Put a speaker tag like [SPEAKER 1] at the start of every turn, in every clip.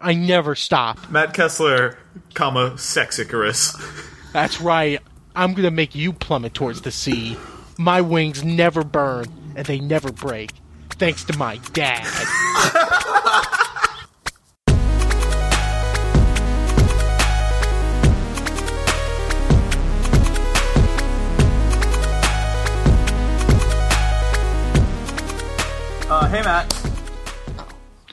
[SPEAKER 1] I never stop.
[SPEAKER 2] Matt Kessler, comma, sex Icarus.
[SPEAKER 1] That's right. I'm going to make you plummet towards the sea. My wings never burn and they never break, thanks to my dad.
[SPEAKER 3] Uh, hey, Matt.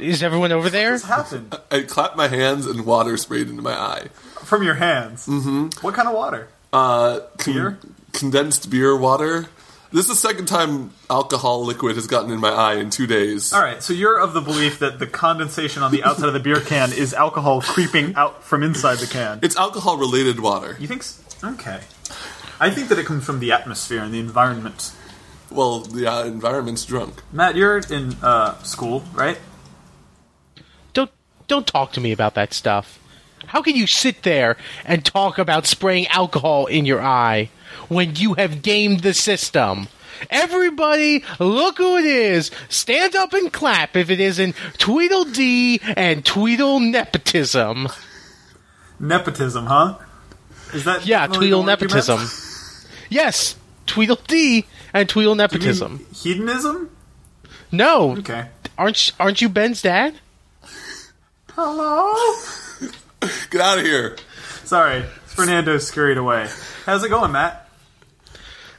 [SPEAKER 1] Is everyone over there?
[SPEAKER 3] This happened
[SPEAKER 4] I clapped my hands and water sprayed into my eye.
[SPEAKER 3] from your hands. Mm-hmm. What kind of water?
[SPEAKER 4] Uh, con-
[SPEAKER 3] Beer?
[SPEAKER 4] Condensed beer water. This is the second time alcohol liquid has gotten in my eye in two days.
[SPEAKER 3] All right, so you're of the belief that the condensation on the outside of the beer can is alcohol creeping out from inside the can.
[SPEAKER 4] It's alcohol related water.
[SPEAKER 3] You think? s Okay. I think that it comes from the atmosphere and the environment.
[SPEAKER 4] Well, the uh, environment's drunk.
[SPEAKER 3] Matt, you're in uh, school, right?
[SPEAKER 1] Don't don't talk to me about that stuff. How can you sit there and talk about spraying alcohol in your eye when you have gamed the system? Everybody, look who it is. Stand up and clap if it isn't Tweedledee and Tweedle Nepotism.
[SPEAKER 3] Nepotism, huh? Is that
[SPEAKER 1] Yeah,
[SPEAKER 3] the
[SPEAKER 1] Tweedle
[SPEAKER 3] word you meant?
[SPEAKER 1] Nepotism. Yes, Tweedledee and Tweedle
[SPEAKER 3] You mean
[SPEAKER 1] Nepotism.
[SPEAKER 3] Hedonism.
[SPEAKER 1] No,
[SPEAKER 3] Okay.
[SPEAKER 1] aren't aren't you Ben's dad?
[SPEAKER 3] Hello.
[SPEAKER 4] Get out of here.
[SPEAKER 3] Sorry, Fernando scurried away. How's it going, Matt?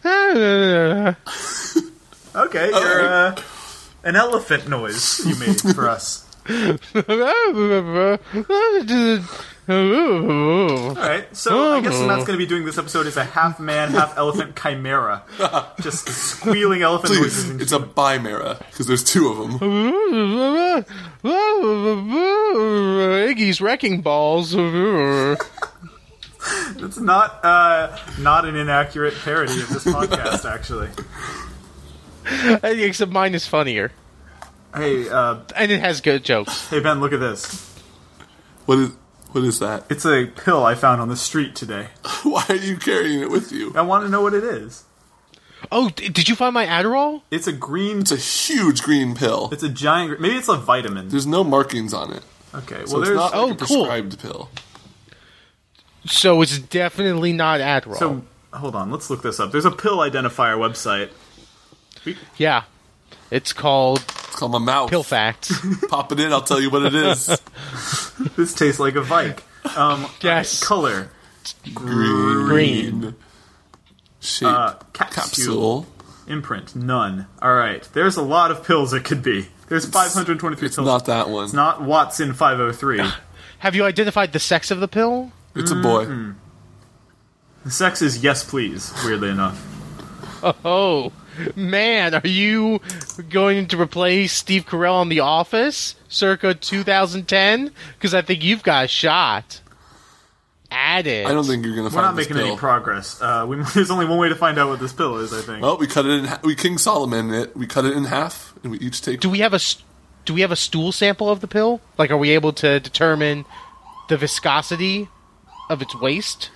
[SPEAKER 3] Okay, you're uh, an elephant noise you made for us. All right, so I guess Matt's going to be doing this episode as a half man, half elephant chimera, just squealing elephant noises.
[SPEAKER 4] It's a bimera because there's two of them.
[SPEAKER 1] Iggy's wrecking balls.
[SPEAKER 3] It's not uh, not an inaccurate parody of this podcast, actually.
[SPEAKER 1] Except mine is funnier,
[SPEAKER 3] Hey, uh,
[SPEAKER 1] and it has good jokes.
[SPEAKER 3] hey Ben, look at this.
[SPEAKER 4] What is what is that?
[SPEAKER 3] It's a pill I found on the street today.
[SPEAKER 4] Why are you carrying it with you?
[SPEAKER 3] I want to know what it is.
[SPEAKER 1] Oh, d- did you find my Adderall?
[SPEAKER 3] It's a green.
[SPEAKER 4] It's a huge green pill.
[SPEAKER 3] It's a giant. gr- Maybe it's a vitamin.
[SPEAKER 4] There's no markings on it,
[SPEAKER 3] Okay, well
[SPEAKER 4] so it's
[SPEAKER 3] there's.
[SPEAKER 4] not like
[SPEAKER 1] Oh,
[SPEAKER 4] a
[SPEAKER 1] cool.
[SPEAKER 4] prescribed pill.
[SPEAKER 1] So it's definitely not Adderall.
[SPEAKER 3] So hold on, let's look this up. There's a pill identifier website.
[SPEAKER 1] yeah, it's called
[SPEAKER 4] It's called my mouth.
[SPEAKER 1] Pill Facts.
[SPEAKER 4] Pop it in. I'll tell you what it is.
[SPEAKER 3] This tastes like a Vike. Um,
[SPEAKER 1] Yes.
[SPEAKER 3] Color
[SPEAKER 4] Green.
[SPEAKER 1] Green.
[SPEAKER 4] Shape.
[SPEAKER 3] uh, capsule.
[SPEAKER 4] capsule.
[SPEAKER 3] Imprint none. All right. There's a lot of pills it could be. There's 523
[SPEAKER 4] It's
[SPEAKER 3] pills.
[SPEAKER 4] not that one.
[SPEAKER 3] It's not Watson 503.
[SPEAKER 1] Have you identified the sex of the pill?
[SPEAKER 4] It's a boy.
[SPEAKER 3] Mm-hmm. The Sex is yes, please. Weirdly enough.
[SPEAKER 1] Oh man, are you going to replace Steve Carell on The Office circa 2010? Because I think you've got a shot at it.
[SPEAKER 4] I don't think you're gonna
[SPEAKER 3] We're
[SPEAKER 4] find
[SPEAKER 3] not
[SPEAKER 4] this
[SPEAKER 3] making
[SPEAKER 4] pill.
[SPEAKER 3] any progress. Uh, we, there's only one way to find out what this pill is. I think.
[SPEAKER 4] well, we cut it in. Ha- we King Solomon it. We cut it in half, and we each take.
[SPEAKER 1] Do we have a s- do we have a stool sample of the pill? Like, are we able to determine the viscosity of its waste?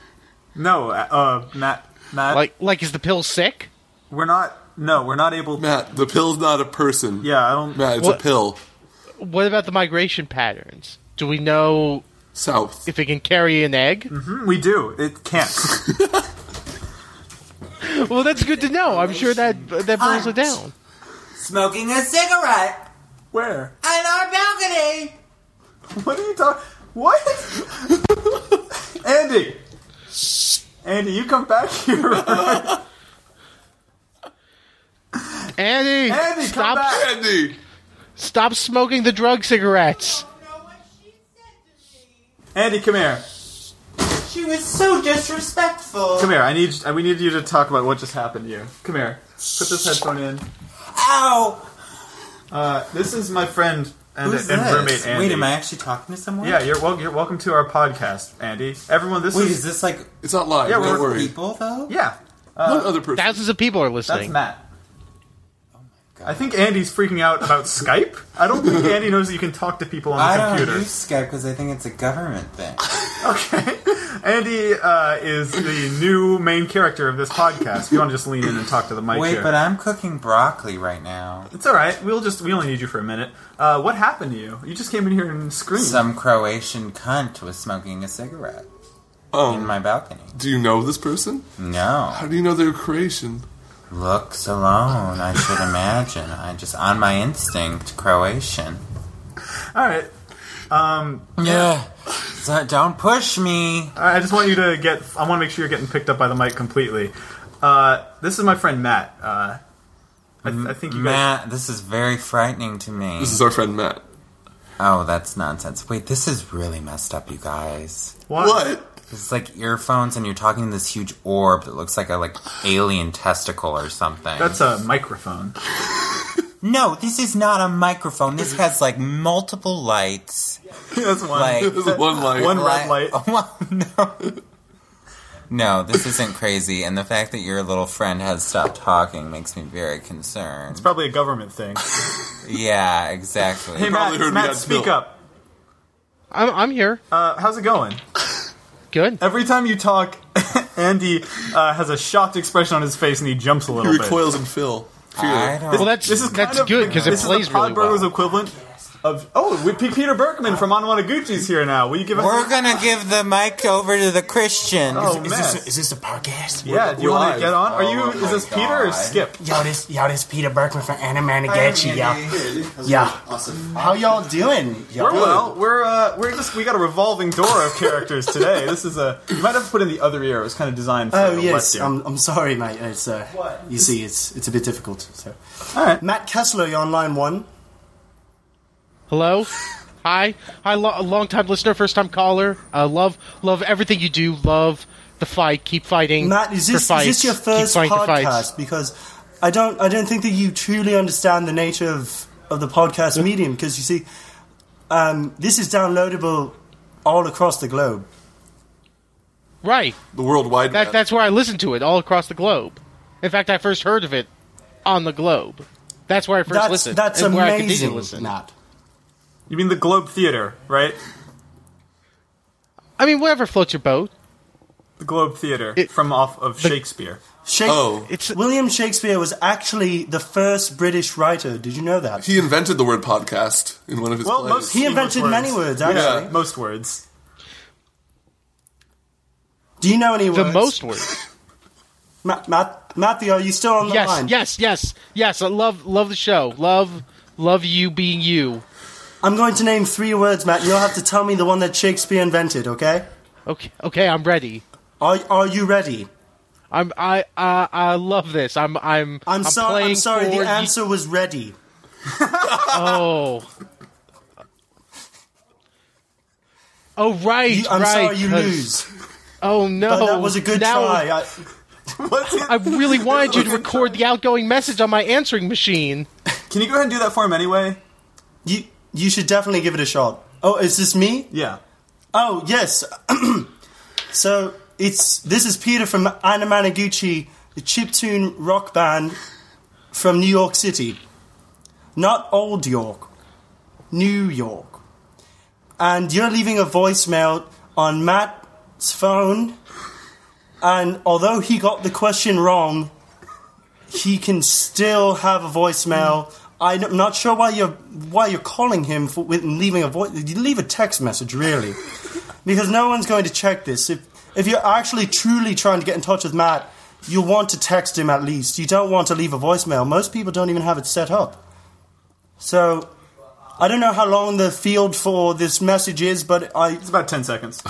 [SPEAKER 3] No, uh, Matt. Matt.
[SPEAKER 1] Like, like is the pill sick?
[SPEAKER 3] we're not. No, we're not able.
[SPEAKER 4] Matt, the pill's not a person.
[SPEAKER 3] Yeah, I don't.
[SPEAKER 4] Matt, it's
[SPEAKER 1] What-
[SPEAKER 4] a pill.
[SPEAKER 1] What about the migration patterns? Do we know
[SPEAKER 4] South.
[SPEAKER 1] if it can carry an egg?
[SPEAKER 3] We do. It can't.
[SPEAKER 1] Well, that's good to know. I'm sure that that burns it down.
[SPEAKER 5] Smoking a cigarette
[SPEAKER 3] Where?
[SPEAKER 5] on our balcony.
[SPEAKER 3] What are you talking? What? Andy. Andy, you come back here.
[SPEAKER 1] Andy,
[SPEAKER 3] Andy,
[SPEAKER 1] stop
[SPEAKER 3] come back.
[SPEAKER 4] Andy.
[SPEAKER 1] Stop smoking the drug cigarettes.
[SPEAKER 5] Don't know what she said
[SPEAKER 3] Andy, come here.
[SPEAKER 5] to me. She was so disrespectful.
[SPEAKER 3] Come here. I need. I- We need you to talk about what just happened to you. Come here. Put this headphone in.
[SPEAKER 5] Ow!
[SPEAKER 3] Uh, this is my friend and,
[SPEAKER 5] Who's
[SPEAKER 3] and
[SPEAKER 5] this?
[SPEAKER 3] roommate Andy.
[SPEAKER 5] Wait, am I actually talking to someone?
[SPEAKER 3] Yeah, you're, wel- you're welcome to our podcast, Andy. Everyone, this
[SPEAKER 5] Wait,
[SPEAKER 3] is
[SPEAKER 5] is this like
[SPEAKER 4] It's not live.
[SPEAKER 3] Yeah,
[SPEAKER 4] Don't
[SPEAKER 3] we're- uh,
[SPEAKER 4] worry.
[SPEAKER 5] people though?
[SPEAKER 3] yeah.
[SPEAKER 4] One other person.
[SPEAKER 1] Thousands of people are
[SPEAKER 3] That's
[SPEAKER 1] listening.
[SPEAKER 3] Matt. I think Andy's freaking out about Skype. I don't think Andy knows that you can talk to people on the
[SPEAKER 5] I don't
[SPEAKER 3] computer.
[SPEAKER 5] use Skype because I think it's a government thing.
[SPEAKER 3] Okay. Andy uh, is the new main character of this podcast. If you want to just lean in and talk to the mic
[SPEAKER 5] Wait,
[SPEAKER 3] here.
[SPEAKER 5] but I'm cooking broccoli right now.
[SPEAKER 3] it's all right. We'll just we only need you for a minute. Uh, what happened to you? You just came in here and screamed.
[SPEAKER 5] Some Croatian cunt was smoking a cigarette in my balcony.
[SPEAKER 4] Um, Do you know this person?
[SPEAKER 5] No.
[SPEAKER 4] How do you know their creation?
[SPEAKER 5] Looks alone, I should imagine. I just, on my instinct, Croatian.
[SPEAKER 3] All right.
[SPEAKER 5] Yeah. So don't push me.
[SPEAKER 3] I I just want you to get. I want to make sure you're getting picked up by the mic completely. Uh, this is my friend Matt. Uh, I, I think you guys.
[SPEAKER 5] Matt, this is very frightening to me.
[SPEAKER 4] This is our friend Matt.
[SPEAKER 5] Oh, that's nonsense. Wait, this is really messed up, you guys.
[SPEAKER 4] What?
[SPEAKER 5] This is like earphones, and you're talking to this huge orb that looks like a like alien testicle or something.
[SPEAKER 3] That's a microphone.
[SPEAKER 5] no, this is not a microphone. This has like multiple lights.
[SPEAKER 3] That's one.
[SPEAKER 5] Like
[SPEAKER 4] This is one light.
[SPEAKER 3] One red light.
[SPEAKER 5] Oh, no. No, this isn't crazy, and the fact that your little friend has stopped talking makes me very concerned.
[SPEAKER 3] Probably a government thing.
[SPEAKER 5] Yeah, exactly.
[SPEAKER 3] Hey
[SPEAKER 4] probably
[SPEAKER 3] Matt,
[SPEAKER 4] heard
[SPEAKER 3] Matt
[SPEAKER 4] Matt
[SPEAKER 3] speak
[SPEAKER 4] Bill.
[SPEAKER 3] up.
[SPEAKER 1] I'm, I'm here.
[SPEAKER 3] Uh, how's it going?
[SPEAKER 1] Good.
[SPEAKER 3] Every time you talk, Andy uh, has a shocked expression on his face and he jumps a little
[SPEAKER 4] He
[SPEAKER 3] bit.
[SPEAKER 4] recoils and Phil.
[SPEAKER 5] I
[SPEAKER 4] Fear.
[SPEAKER 5] don't.
[SPEAKER 1] Well, that's
[SPEAKER 3] This is kind
[SPEAKER 1] that's
[SPEAKER 3] of-
[SPEAKER 1] good because it
[SPEAKER 3] this
[SPEAKER 1] plays
[SPEAKER 3] is the
[SPEAKER 1] really
[SPEAKER 3] Podburger's
[SPEAKER 1] well.
[SPEAKER 3] equivalent of oh, we, P- Peter Berkman from Anwanaguchi's here now. Will you give us?
[SPEAKER 5] We're gonna give the mic over to the Christian.
[SPEAKER 3] oh man,
[SPEAKER 6] Is this, is this a podcast?
[SPEAKER 3] yeah. Do you
[SPEAKER 4] we're
[SPEAKER 3] want
[SPEAKER 4] live.
[SPEAKER 3] to get on? Are you?
[SPEAKER 5] Oh
[SPEAKER 3] Is this
[SPEAKER 5] my
[SPEAKER 3] Peter or
[SPEAKER 5] God.
[SPEAKER 3] Skip?
[SPEAKER 6] Yo, this yo, this Peter Berkman from Anna Managachi, y'all. Yeah.
[SPEAKER 5] Awesome.
[SPEAKER 6] How y'all doing?
[SPEAKER 3] We're
[SPEAKER 6] Y'all?
[SPEAKER 3] well. We're uh, we're just we got a revolving door of characters today. This is a you might have to put in the other ear. It was kind of designed for.
[SPEAKER 6] Oh
[SPEAKER 3] a
[SPEAKER 6] yes,
[SPEAKER 3] left ear.
[SPEAKER 6] I'm, I'm sorry, mate. It's uh,
[SPEAKER 3] What?
[SPEAKER 6] you see, it's it's a bit difficult. So,
[SPEAKER 3] All right.
[SPEAKER 6] Matt Kessler, you're on line one.
[SPEAKER 1] Hello, hi, hi, lo- long time listener, first time caller. Uh, love, love everything you do. Love the fight. Keep fighting.
[SPEAKER 6] Matt, is
[SPEAKER 1] for
[SPEAKER 6] this is
[SPEAKER 1] fights.
[SPEAKER 6] this your
[SPEAKER 1] Keep
[SPEAKER 6] first
[SPEAKER 1] fighting the fights.
[SPEAKER 6] podcast? Because I don't I don't think that you truly understand the nature of of the podcast medium. Because you see, um, this is downloadable all across the globe.
[SPEAKER 1] Right.
[SPEAKER 4] The worldwide.
[SPEAKER 1] That that's where I listen to it all across the globe. In fact, I first heard of it on the globe. That's where I first
[SPEAKER 6] That's
[SPEAKER 1] listened.
[SPEAKER 6] that's
[SPEAKER 1] and where I continue to
[SPEAKER 6] amazing,
[SPEAKER 1] listen.
[SPEAKER 6] Matt.
[SPEAKER 3] You mean the Globe Theater, right?
[SPEAKER 1] I mean, whatever floats your boat.
[SPEAKER 3] The Globe Theater
[SPEAKER 1] It-
[SPEAKER 3] from off of Shakespeare.
[SPEAKER 6] Shake-
[SPEAKER 4] Oh.
[SPEAKER 1] It's
[SPEAKER 6] William Shakespeare was actually the first British writer. Did you know that?
[SPEAKER 4] He invented the word podcast in one of his
[SPEAKER 3] Well,
[SPEAKER 4] plays.
[SPEAKER 3] most
[SPEAKER 6] He
[SPEAKER 3] English
[SPEAKER 6] invented many words, actually.
[SPEAKER 3] Yeah, most words.
[SPEAKER 6] Do you know any
[SPEAKER 1] the
[SPEAKER 6] words?
[SPEAKER 1] most words.
[SPEAKER 6] Matt, Matt, Matthew, are you still on the
[SPEAKER 1] yes,
[SPEAKER 6] line?
[SPEAKER 1] yes, yes, yes. I love love the show. Love love you being you.
[SPEAKER 6] I'm going to name three words, Matt. You'll have to tell me the one that Shakespeare invented. Okay?
[SPEAKER 1] Okay, okay. I'm ready.
[SPEAKER 6] Are Are you ready?
[SPEAKER 1] I'm I uh, I love this. I'm I'm
[SPEAKER 6] I'm, so- I'm
[SPEAKER 1] playing
[SPEAKER 6] sorry.
[SPEAKER 1] for
[SPEAKER 6] The
[SPEAKER 1] you-
[SPEAKER 6] answer was ready.
[SPEAKER 1] Oh. Oh right,
[SPEAKER 6] You- I'm
[SPEAKER 1] right.
[SPEAKER 6] sorry. You
[SPEAKER 1] 'cause-
[SPEAKER 6] lose.
[SPEAKER 1] Oh no,
[SPEAKER 6] But that was a good
[SPEAKER 1] now,
[SPEAKER 6] try. I,
[SPEAKER 3] What's it?
[SPEAKER 1] I really wanted you to record the outgoing message on my answering machine.
[SPEAKER 3] Can you go ahead and do that for him anyway?
[SPEAKER 6] you You should definitely give it a shot. Oh, is this me?
[SPEAKER 3] Yeah.
[SPEAKER 6] Oh yes. so it's this is Peter from Anamanaguchi, a chiptune rock band from New York City, not Old York, New York. And you're leaving a voicemail on Matt's phone, and although he got the question wrong, he can still have a voicemail. I'm not sure why you're why you're calling him for with leaving a voice. You leave a text message, really, because no one's going to check this. If if you're actually truly trying to get in touch with Matt, you want to text him at least. You don't want to leave a voicemail. Most people don't even have it set up. So, I don't know how long the field for this message is, but I
[SPEAKER 3] It's about 10 seconds.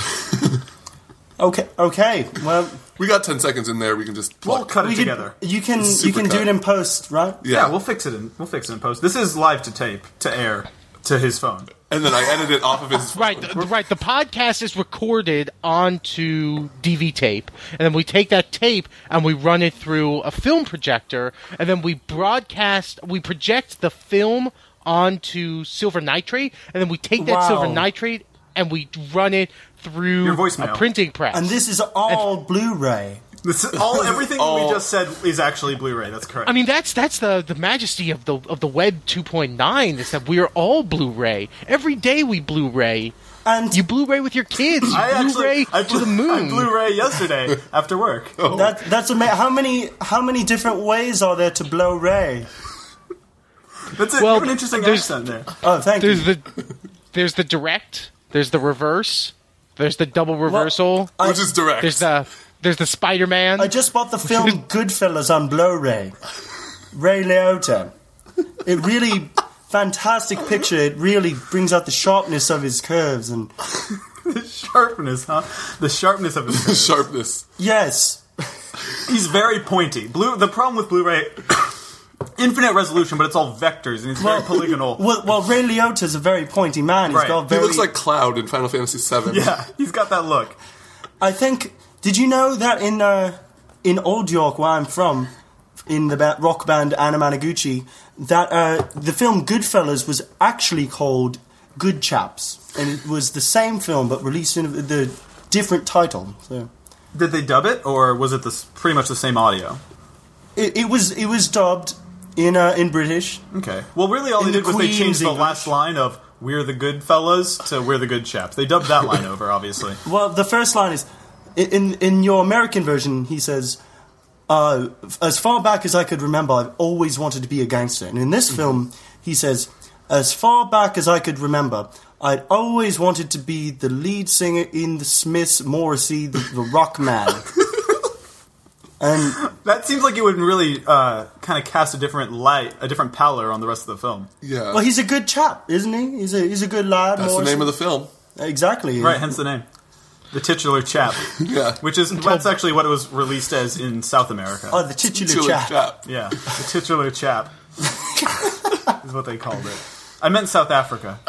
[SPEAKER 6] okay okay well
[SPEAKER 4] we got ten seconds in there. We can just
[SPEAKER 3] We'll
[SPEAKER 4] pluck.
[SPEAKER 3] cut it
[SPEAKER 6] we
[SPEAKER 3] together.
[SPEAKER 6] Can, you can you can
[SPEAKER 4] supercut.
[SPEAKER 6] do it in post, right?
[SPEAKER 4] yeah.
[SPEAKER 3] yeah. we'll fix it in we'll fix it in post. This is live to tape, to air, to his phone.
[SPEAKER 4] and then I edit it off of his.
[SPEAKER 1] Right, the, right. The podcast is recorded onto DV tape, and then we take that tape and we run it through a film projector, and then we broadcast, we project the film onto silver nitrate, and then we take that silver
[SPEAKER 6] Wow.
[SPEAKER 1] nitrate and we run it through
[SPEAKER 3] Your voicemail.
[SPEAKER 1] a printing press.
[SPEAKER 6] And this is all Blu-ray.
[SPEAKER 3] This is all everything
[SPEAKER 4] All-
[SPEAKER 3] we just said is actually Blu-ray. That's correct.
[SPEAKER 1] I mean, that's that's the, the majesty of the of the web 2.9 is that we are all Blu-ray. Every day we Blu-ray.
[SPEAKER 6] And
[SPEAKER 1] You Blu-ray with your kids. You
[SPEAKER 3] I actually-
[SPEAKER 1] Blu-ray
[SPEAKER 3] I
[SPEAKER 1] to
[SPEAKER 3] blu-
[SPEAKER 1] the moon.
[SPEAKER 3] I Blu-ray yesterday after work.
[SPEAKER 6] that, that's amazing. How many how many different ways are there to blow Ray?
[SPEAKER 3] That's it.
[SPEAKER 1] Well,
[SPEAKER 3] you have an interesting
[SPEAKER 1] there's-
[SPEAKER 3] accent there.
[SPEAKER 6] Oh, thank
[SPEAKER 1] there's
[SPEAKER 6] you.
[SPEAKER 1] the there's the direct. There's the reverse. There's the double reversal.
[SPEAKER 4] which is direct.
[SPEAKER 1] there's the there's the Spider-Man.
[SPEAKER 6] I just bought the film Goodfellas on Blu-ray. Ray Liotta. It really fantastic picture. It really brings out the sharpness of his curves and
[SPEAKER 3] The sharpness, huh? The sharpness of his. curves.
[SPEAKER 4] sharpness.
[SPEAKER 6] yes,
[SPEAKER 3] He's very pointy. Blue. The problem with Blu-ray, infinite resolution, but it's all vectors and it's very polygonal.
[SPEAKER 6] Well, well, Ray Liotta's a very pointy man. He's
[SPEAKER 3] Right.
[SPEAKER 6] got
[SPEAKER 4] He
[SPEAKER 6] very.
[SPEAKER 4] looks like Cloud in Final Fantasy VII.
[SPEAKER 3] Yeah, he's got that look.
[SPEAKER 6] I think. Did you know that in uh, in Old York, where I'm from, in the ba- rock band Anna Managuchi, that uh, the film Goodfellas was actually called Good Chaps, and it was the same film but released in the different title. So
[SPEAKER 3] Did they dub it, or was it this pretty much the same audio?
[SPEAKER 6] it, it was it was dubbed in uh, in British.
[SPEAKER 3] Okay. Well, really, all they
[SPEAKER 6] In the
[SPEAKER 3] did was they
[SPEAKER 6] Queen's
[SPEAKER 3] changed the
[SPEAKER 6] English.
[SPEAKER 3] last line of "We're the good fellas" to "We're the good chaps." They dubbed that line over, obviously.
[SPEAKER 6] Well, the first line is in in- in your American version. He says, uh, "As far back as I could remember, I've always wanted to be a gangster." And in this film, he says, "As far back as I could remember, I'd always wanted to be the lead singer in the Smiths, Morrissey, the, the rock man." and
[SPEAKER 3] That seems like it would really uh, kind of cast a different light, a different pallor on the rest of the film.
[SPEAKER 4] Yeah.
[SPEAKER 6] well, he's a good chap, isn't he? He's a he's a good lad.
[SPEAKER 4] That's the name of the film.
[SPEAKER 6] the exactly
[SPEAKER 3] Right, hence the name, the titular chap,
[SPEAKER 4] Yeah.
[SPEAKER 3] which is that's actually what it was released as in South America.
[SPEAKER 6] Oh, the titular
[SPEAKER 4] Titular
[SPEAKER 6] chap.
[SPEAKER 4] chap.
[SPEAKER 3] yeah, the titular chap is what they called it. I meant South Africa.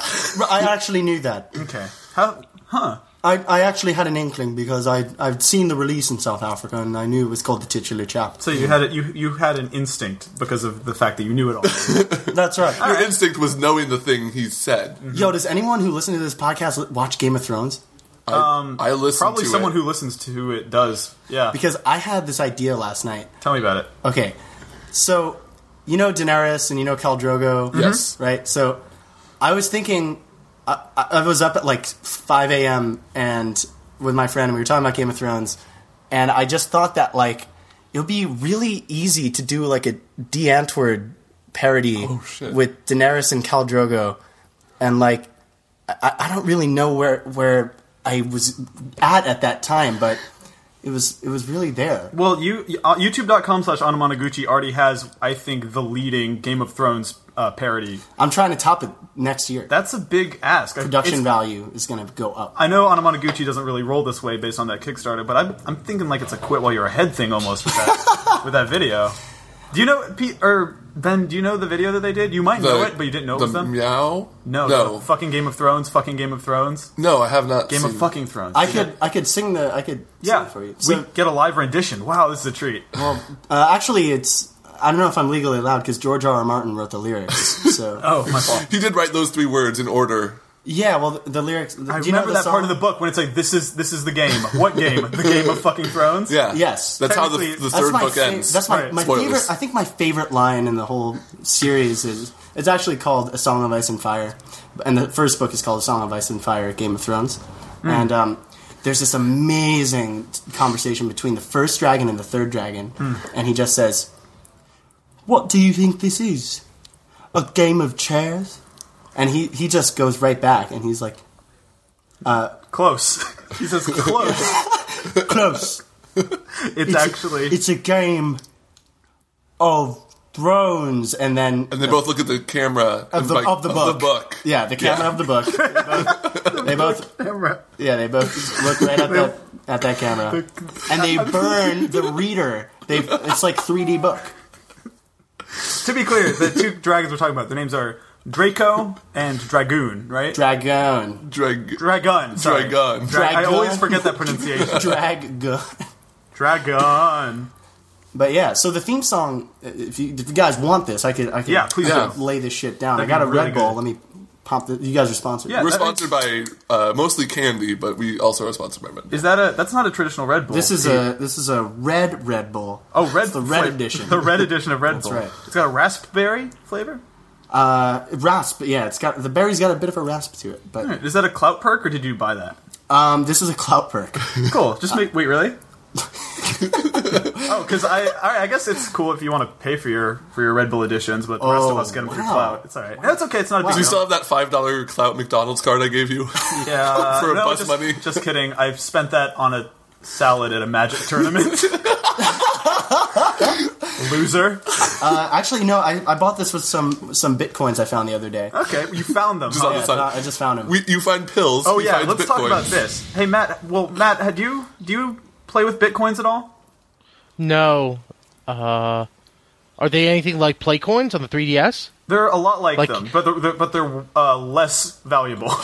[SPEAKER 6] I actually knew that.
[SPEAKER 3] Okay, how? Huh?
[SPEAKER 6] I, I actually had an inkling because I I'd seen the release in South Africa and I knew it was called the titular chap.
[SPEAKER 3] So you had it. You you had an instinct because of the fact that you knew it all.
[SPEAKER 6] That's right.
[SPEAKER 4] Your instinct was knowing the thing he said.
[SPEAKER 3] Mm-hmm.
[SPEAKER 6] Yo, does anyone who listens to this podcast li- watch Game of Thrones?
[SPEAKER 4] I, I listened
[SPEAKER 3] Probably
[SPEAKER 4] to
[SPEAKER 3] someone
[SPEAKER 4] it.
[SPEAKER 3] who listens to it does. Yeah.
[SPEAKER 6] Because I had this idea last night.
[SPEAKER 3] Tell me about it.
[SPEAKER 6] Okay, so you know Daenerys and you know Khal Drogo,
[SPEAKER 4] Yes.
[SPEAKER 6] right? So I was thinking, I, I I was up at like five a.m. and with my friend and we were talking about Game of Thrones, and I just thought that like it would be really easy to do like a de-Antwoord parody
[SPEAKER 4] shit.
[SPEAKER 6] with Daenerys and Khal Drogo, and like I, I don't really know where where I was at at that time, but it was it was really there.
[SPEAKER 3] Well, you uh, YouTube.com slash Anamanaguchi already has, I think, the leading Game of Thrones uh, parody.
[SPEAKER 6] I'm trying to top it next year.
[SPEAKER 3] That's a big ask. I-
[SPEAKER 6] production
[SPEAKER 3] it's-
[SPEAKER 6] value is going to go up.
[SPEAKER 3] I know Anamanaguchi doesn't really roll this way based on that Kickstarter, but I'm, I'm thinking like it's a quit while you're ahead thing almost with that, with that video. Do you know Pete or Ben? Do you know the video that they did? You might
[SPEAKER 4] The-
[SPEAKER 3] know it, but you didn't know it
[SPEAKER 4] the
[SPEAKER 3] was them.
[SPEAKER 4] meow.
[SPEAKER 3] No,
[SPEAKER 4] no,
[SPEAKER 3] the fucking Game of Thrones, fucking Game of Thrones,
[SPEAKER 4] no. I have not.
[SPEAKER 3] Game
[SPEAKER 4] seen
[SPEAKER 3] of fucking Thrones.
[SPEAKER 6] I could I could sing the I could sing
[SPEAKER 3] yeah,
[SPEAKER 6] it for you.
[SPEAKER 3] we
[SPEAKER 6] So,
[SPEAKER 3] get a live rendition. Wow, this is a treat.
[SPEAKER 6] uh, actually, it's I don't know if I'm legally allowed because George R. R. Martin wrote the lyrics. So
[SPEAKER 3] Oh, my fault.
[SPEAKER 4] He did write those three words in order.
[SPEAKER 6] yeah, well the, the lyrics.
[SPEAKER 3] I
[SPEAKER 6] do you know
[SPEAKER 3] remember
[SPEAKER 6] the
[SPEAKER 3] that part
[SPEAKER 6] song?
[SPEAKER 3] of the book when it's like this is this is the game. What game? the game of fucking Thrones.
[SPEAKER 4] Yeah.
[SPEAKER 6] Yes.
[SPEAKER 4] That's how the,
[SPEAKER 3] Technically,
[SPEAKER 4] the
[SPEAKER 6] That's
[SPEAKER 4] third
[SPEAKER 6] my
[SPEAKER 4] book
[SPEAKER 6] fa-
[SPEAKER 4] ends.
[SPEAKER 6] That's my,
[SPEAKER 3] Right.
[SPEAKER 6] my
[SPEAKER 4] Spoilers.
[SPEAKER 6] favorite. I think my favorite line in the whole series is it's actually called A Song of Ice and Fire, and the first book is called A Song of Ice and Fire: Game of Thrones,
[SPEAKER 4] Hmm.
[SPEAKER 6] and um, there's this amazing conversation between the first dragon and the third dragon,
[SPEAKER 4] Hmm.
[SPEAKER 6] and he just says, "What do you think this is? A game of chairs?" And he he just goes right back, and he's like,
[SPEAKER 3] Close. He says close.
[SPEAKER 6] "Close."
[SPEAKER 3] it's actually
[SPEAKER 6] it's a game of thrones, and then
[SPEAKER 4] and they both look at the camera
[SPEAKER 6] of
[SPEAKER 4] and
[SPEAKER 6] the,
[SPEAKER 4] like,
[SPEAKER 6] of the book.
[SPEAKER 4] book.
[SPEAKER 6] Yeah, the camera of the book. They both, they both yeah, they both look right at that at that camera, and they burn the reader. They it's like 3D book.
[SPEAKER 3] to be clear, the two dragons we're talking about. Their names are Draco and Dragoon, right?
[SPEAKER 6] Dragon,
[SPEAKER 4] Drag-
[SPEAKER 3] Dragon. Sorry.
[SPEAKER 4] Dragon.
[SPEAKER 3] Dra- I
[SPEAKER 6] Dragon.
[SPEAKER 3] always forget that pronunciation.
[SPEAKER 6] dragon.
[SPEAKER 3] Dragon.
[SPEAKER 6] But yeah, so the theme song. If you, if you guys want this, I could I could
[SPEAKER 3] Yeah, please
[SPEAKER 4] do.
[SPEAKER 6] lay this shit down.
[SPEAKER 3] That'd
[SPEAKER 6] I got
[SPEAKER 3] be
[SPEAKER 6] a
[SPEAKER 3] really
[SPEAKER 6] Red Bull.
[SPEAKER 3] good.
[SPEAKER 6] Let me pop the, you guys are sponsored.
[SPEAKER 3] Yeah.
[SPEAKER 4] We're
[SPEAKER 3] that
[SPEAKER 4] sponsored by uh, mostly candy, but we also are sponsored by Red Bull.
[SPEAKER 3] Is that a? That's not a traditional Red Bull.
[SPEAKER 6] This is a this is a red Red Bull.
[SPEAKER 3] oh red
[SPEAKER 6] It's the red
[SPEAKER 3] fla-
[SPEAKER 6] edition.
[SPEAKER 3] The red edition of Red Bull.
[SPEAKER 6] right.
[SPEAKER 3] It's got a raspberry flavor.
[SPEAKER 6] uh, rasp. Yeah, it's got the berry's got a bit of a rasp to it, but
[SPEAKER 3] Is that a clout perk or did you buy that?
[SPEAKER 6] um, this is a clout perk.
[SPEAKER 3] Cool. Just make. Wait, really? oh, because I, I I guess it's cool if you want to pay for your for your Red Bull editions, but the rest of
[SPEAKER 6] Oh,
[SPEAKER 3] us get them through
[SPEAKER 6] wow.
[SPEAKER 3] clout. It's all right. No, it's okay. It's not a big
[SPEAKER 4] Do you
[SPEAKER 3] deal.
[SPEAKER 4] still have that five dollar clout McDonald's card I gave you?
[SPEAKER 3] Yeah,
[SPEAKER 4] for a
[SPEAKER 3] no,
[SPEAKER 4] bus
[SPEAKER 3] just,
[SPEAKER 4] money.
[SPEAKER 3] Just kidding. I've spent that on a salad at a magic tournament. Loser.
[SPEAKER 6] Uh, actually, no, I, I bought this with some some bitcoins I found the other day.
[SPEAKER 3] Okay, you found them.
[SPEAKER 4] Just on
[SPEAKER 3] huh?
[SPEAKER 4] the
[SPEAKER 6] Uh,
[SPEAKER 4] side.
[SPEAKER 6] I just found them.
[SPEAKER 4] we, you find pills.
[SPEAKER 3] Oh
[SPEAKER 4] you
[SPEAKER 3] yeah,
[SPEAKER 4] find
[SPEAKER 3] let's talk
[SPEAKER 4] Bitcoin.
[SPEAKER 3] about this. Hey Matt, well Matt, had you do you play with bitcoins at all?
[SPEAKER 1] No. Uh, are they anything like play coins on the 3DS?
[SPEAKER 3] They're a lot like,
[SPEAKER 1] Like-
[SPEAKER 3] them, but they're, they're but they're uh, less valuable.